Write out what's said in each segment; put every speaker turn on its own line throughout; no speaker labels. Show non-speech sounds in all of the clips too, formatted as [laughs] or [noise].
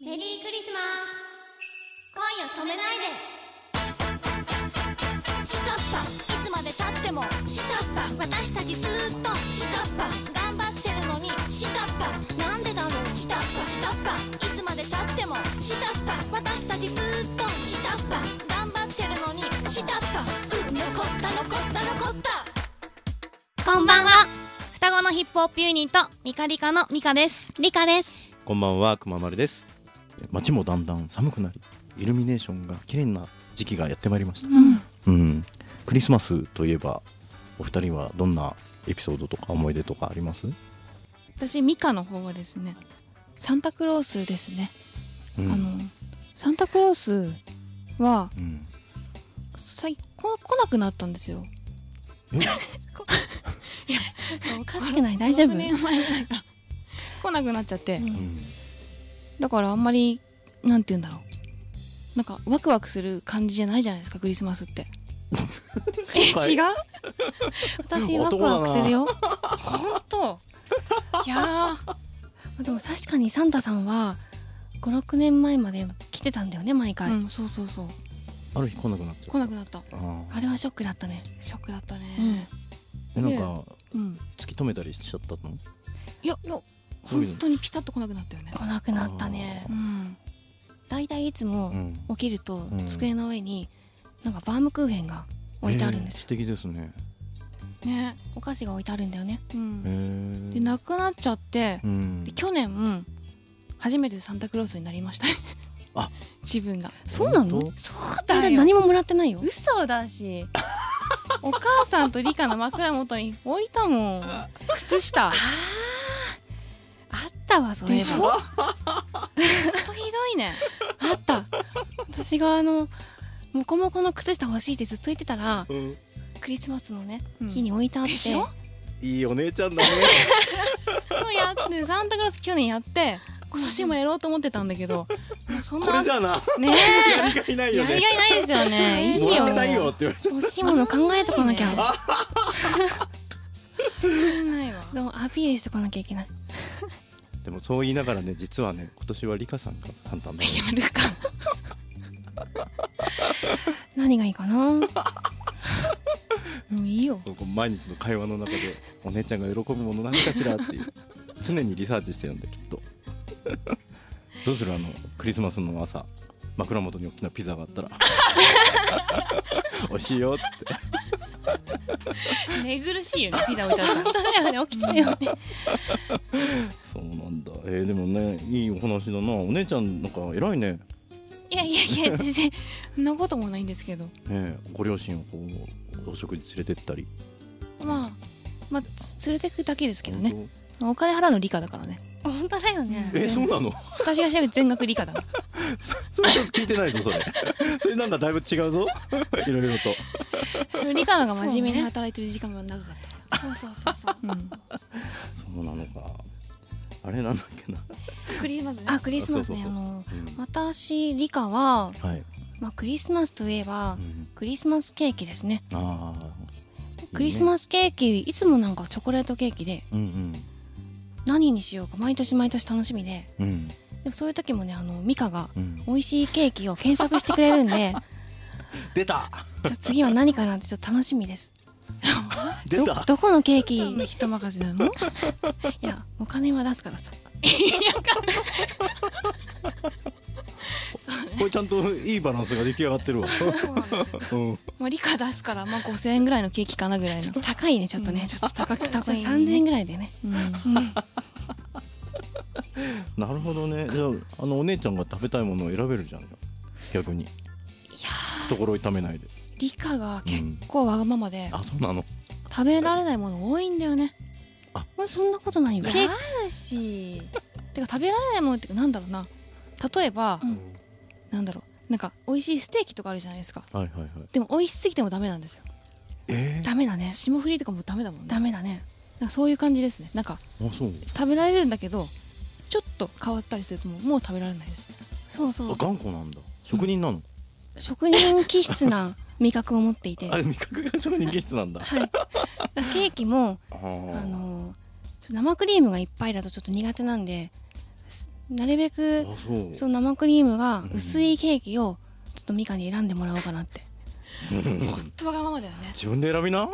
メリークリスマス今夜止めないで
下っ端いつまでたっても下っ端私たちずーっと下っ端頑張ってるのに下っ端なんでだろう下っ端下っ端いつまでたっても下っ端私たちずーっと下っ端頑張ってるのに下っ端うん残った残った残った
こんばんは双子のヒップホップユニットミカリカのミカですリカです
こんばんは、くままるです。街もだんだん寒くなり、イルミネーションが綺麗な時期がやってまいりました。うん、クリスマスといえば、お二人はどんなエピソードとか思い出とかあります？
私ミカの方はですねサンタクロースですね、
うん
あのサンタクロースは
うん、
最こ来なくなったんですよ [laughs]
え
おかしくない大丈夫
5 6年前ぐらい
[laughs]
から来なくなっちゃって、
うん
うん、
だからあんまりなんて言うんだろうなんかワクワクする感じじゃないじゃないですかクリスマスってえ
はい [laughs]
違う私ワク
男だな
ワクするよ本 [laughs] 当いや
でも確かにサンタさんは56年前まで来てたんだよね毎
ー、
回、
うんそうそうそう
ある日来なくなっちゃ
来
う。
なくなった
あー
あれはショックだったね
ショックだったね
えなんか
うん
突き止めたりしちゃったの？
いやいや
そういうの
本当にピタッと来なくなったよね
来なくなったね
うん
だいたいいつも
ん、
起きると
うん
机の上になんかバームクーヘンが置いてあるんで
えー
す
素敵ですね。
ね
お菓子が置いてあるんだよね
う
へ
ん
ー
でなくなっちゃって
うん
で、去年初めてサンタクロースになりましたね
あ
[laughs] 自分が
そうなの
本
そう
まだ何ももらってないよ
嘘だし [laughs] お母さんと理科の枕元に置いたもん靴下
あったわそれ
でしょほんとひどいね
あった私があのモコモコの靴下欲しいってずっと言ってたら
当うん
クリスマスのね
うん
日に置いてあって、
でしょ
いいお姉ちゃん
[laughs]
だね。
そうやってサンタクロース去年やって今年もやろうと思ってたんだけどもうそんな
これじゃあな、
ね
やりがいない
え
よ
やり
ね。
がいないですよねいい
も
よ
らってないよって言われちゃ。
欲しいもの考えとかな
[laughs]
きゃ
いいねないわ
でもアピールしてこなきゃいけないう
でもそう言いながらね、実はね、今年はリカさんがサンタの
やる
[laughs]
か
何がいいかなもういいよ
こう毎日の会話の中でお姉ちゃんが喜ぶもの何かしらっていう常にリサーチしてるんできっとどうするあのクリスマスの朝枕元に大きなピザがあったら美味しいよっつって
寝苦しいよねピザ置いてあったら
本当だよね起きちゃうよね
そうなんだえー、でもねいいお話だなお姉ちゃんなんか偉いね
いやいやいや全然そんなこともないんですけど
ねえご両親をこうお食事連れてったり
まあまあつ連れてくだけですけどね
本
お金払うの理科だからね
本当だよね
当えそうなの
私が調べて全額理科だから
[laughs] それちょっと聞いてないぞそれ [laughs] それなんかだいぶ違うぞ [laughs] いろいろと
理科の方が真面目に
そうね
働いてる時間が長かったそうそうそうそう、うん、
そうなのかあれなんだっけな、
クリスマスね
あクリスマスね
あ
あ
そうそうそう
の
うん
私理科は、
はい、
まあ、クリスマスといえば、
うん
クリスマスケーキですね
ああ
クリスマスケーキいつもなんかチョコレートケーキで
うん
何にしようか毎年毎年楽しみで
うんうん
でもそういう時もねあのミカが
うん
美味しいケーキを検索してくれるん
[laughs]
で
出た
ちょっと次は何かなってちょっと楽しみです
出た
どこのケーキ [laughs] い
人任せなの
やお金は出すからさ
これちゃんといいバランスが出来上がってるわ
そうなんですよ
うん
まあ、理科出すから、まあ、5000円ぐらいのケーキかなぐらいの。
高いねちょっとね、
うん
ちょっと高く [laughs]
高いね
3000円ぐらいでね
なるほどねじゃああのお姉ちゃんが食べたいものを選べるじゃん逆に懐を痛めないで
理科が結構わがままで、
あそうなの
食べられないもの多いんだよね。
まあそんなことないよ
ケーキあるし。てか、食べられないものってか、なんだろうな。例えば、
うん
なんだろう、なんか、美味しいステーキとかあるじゃないですか。
はいはいはい
でも、美味しすぎてもダメなんですよ。
え
ダメだね
霜降りとかもダメだもんね。
ダメだね
なんかそういう感じですね。なんか、
ー、あそう
食べられるんだけど、ちょっと変わったりするともう、もう食べられないです。
そうそ
あ
う
頑固なんだ職人なの、
職人気質な味覚を持ってい
[laughs]
て
あ
はい
味覚が職人気質なんだ
だからケーキも
あ
あ
ー
のーちょっと生クリームがいっぱいだとちょっと苦手なんで
なるべく
あそう
そう生クリームが
うん
薄いケーキをちょっとミカに選んでもらおうかなってとわがままだよね
自分で選びな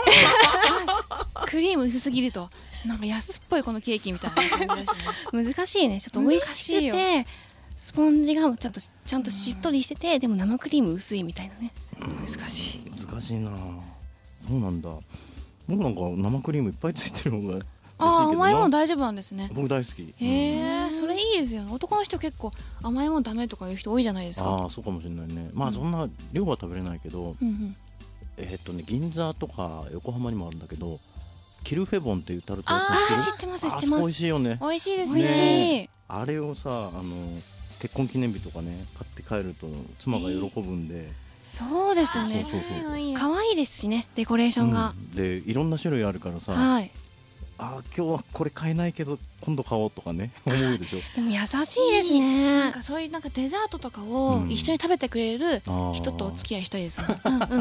クリーム薄すぎるとなんか安っぽいこのケーキみたいな
[laughs]
感じだしね [laughs] 難しいねちょっと美味しくてスポンジがちょっとちゃんとしっとりしててでも生クリーム薄いみたいなね難しい
難しいなそうなんだ僕なんか生クリームいっぱいついてる方が嬉しいけどな
あー甘いもの大丈夫なんですね
僕大好き
へえそれいいですよね男の人結構甘いものダメとかいう人多いじゃないですか
ああそうかもしれないねまあそんな量は食べれないけど
うんうん
えーっとね銀座とか横浜にもあるんだけどキルフェボンっていうタルト屋さ
あ
ん知
ー
っ
知
て
っ
る
てます
あ
知って
そこ美
ま
味
す
しいよね
美味しいです
ね
美味しい
あれをさあの結婚記念日とかね買って帰ると妻が喜ぶんで、
そうですよ
そう
ね
そうそう
可愛いですしねデコレーションが
うんでいろんな種類あるからさ、
はい
あー今日はこれ買えないけど今度買おうとか [laughs] ね思うでしょ
でも優しいですね
なんかそういうなんかデザートとかを
を
うん
一緒に食べてくれる
あー
人とお付き合いしたいですよね
うんうんうんう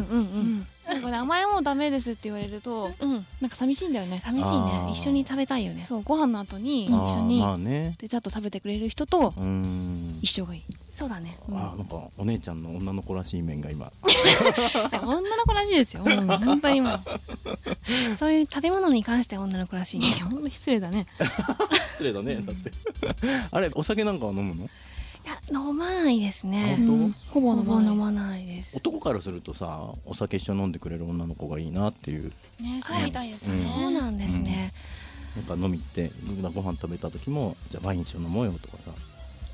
ん
なんかね甘いものダメですって言われると
うん
なんか寂しいんだよね
し
寂
いねあー一緒に
食べたいよねそうご飯の後に一
あー
緒に
まあね
デザート食べてくれる人と
うーん
一緒がいい
そうだね
あーなんかお姉ちゃんの女の子らしい面が今 [laughs]
女の子らしいですよ本当にもうそういう食べ物に関しては女の子らしい [laughs] ね
ほんま失礼だね
失礼だねだって [laughs] あれお酒なんかは飲むの
いや飲まないですね
本
ほぼ飲まない
ほぼ飲ま
です
男からするとさお酒一緒に飲んでくれる女の子がいいなっていう
ねそうみたいですね
うん
そうなんですね、
なんか飲み行って僕がご飯食べた時もじゃあワイン一緒に飲もうよとかさ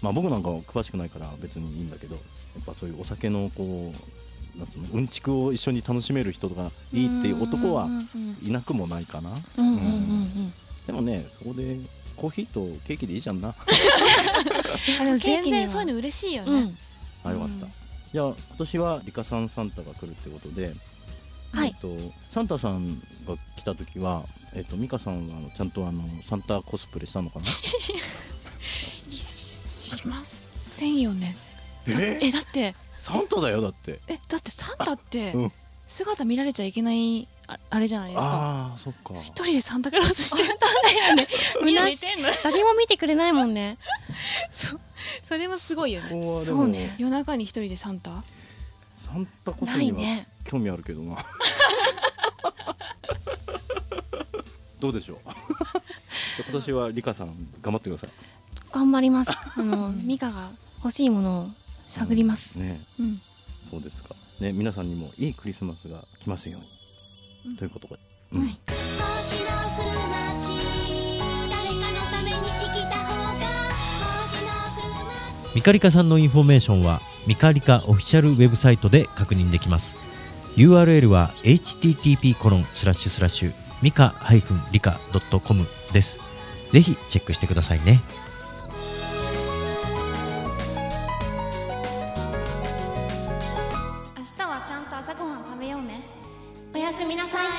まあ僕なんかは詳しくないから別にいいんだけどやっぱそういうお酒のこうなんつうのうんちくを一緒に楽しめる人がいいっていう男は
うん
いなくもないかな
うんうんうんうん
でもねそこでコーヒーとケーキでいいじゃんな
あでも
全
全
然
然
そ
そうう
い
いうう
の
の
嬉しいよ
う
ね
ん
あよかった、
うん
じゃあ今年はリカさんサンタが来るってことで
は
え
い
っと、サンタさんが来た時は、えっと、美香さんはあのちゃんとあのサンタコスプレしたのかな
します
せんよね
え
[laughs] えだって
サンタだよだって
えだってサンタって
うん
姿見られちゃいけないああれじゃないですか
ああそっか
一人でサンタクロースしてたんだよね [laughs] みんな誰も見てくれないもんね
それもすごいよね
ここはで
そ
も
うね夜中に一人でサンタ
サンタコス
な
に
い
は
ね
興味あるけどな。 [laughs] どうでし [laughs] ょう。じゃあ今年はリカさん頑張ってください。
頑張りますあのミカが欲しいものを探ります、
ね、
うん
そうですか。ね、皆さんにもいいクリスマスが来ますように。ということで。うん
はい
星の降る街誰かのために生きた方が星の降る街
ミカリカさんのインフォメーションはミカリカオフィシャルウェブサイトで確認できます URL は http コロンスラッシュスラッシュミカリカ .com ですぜひチェックしてくださいね
明日はちゃんと朝ごはん食べようねおやすみなさい